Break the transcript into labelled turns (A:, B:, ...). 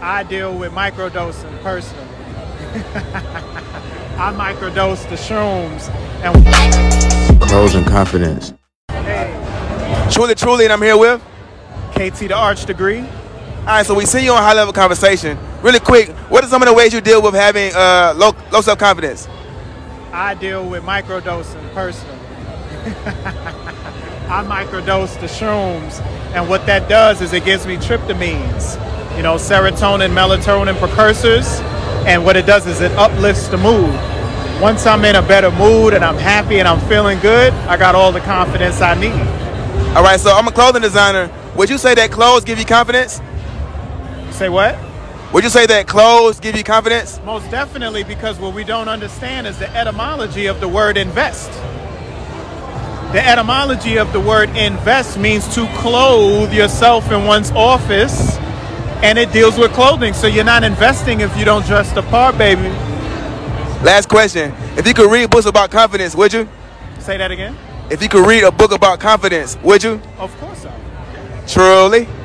A: I deal with microdosing personally. I microdose the shrooms and
B: Closing confidence.
C: Truly, truly, and I'm here with.
A: KT the Arch degree.
C: All right, so we see you on high level conversation. Really quick, what are some of the ways you deal with having uh, low, low self confidence?
A: I deal with microdosing personally. I microdose the shrooms, and what that does is it gives me tryptamines, you know, serotonin, melatonin precursors, and what it does is it uplifts the mood. Once I'm in a better mood and I'm happy and I'm feeling good, I got all the confidence I need.
C: All right, so I'm a clothing designer. Would you say that clothes give you confidence?
A: Say what?
C: Would you say that clothes give you confidence?
A: Most definitely, because what we don't understand is the etymology of the word invest. The etymology of the word invest means to clothe yourself in one's office, and it deals with clothing. So you're not investing if you don't dress the part, baby.
C: Last question. If you could read books about confidence, would you?
A: Say that again.
C: If you could read a book about confidence, would you?
A: Of course I. would.
C: Truly.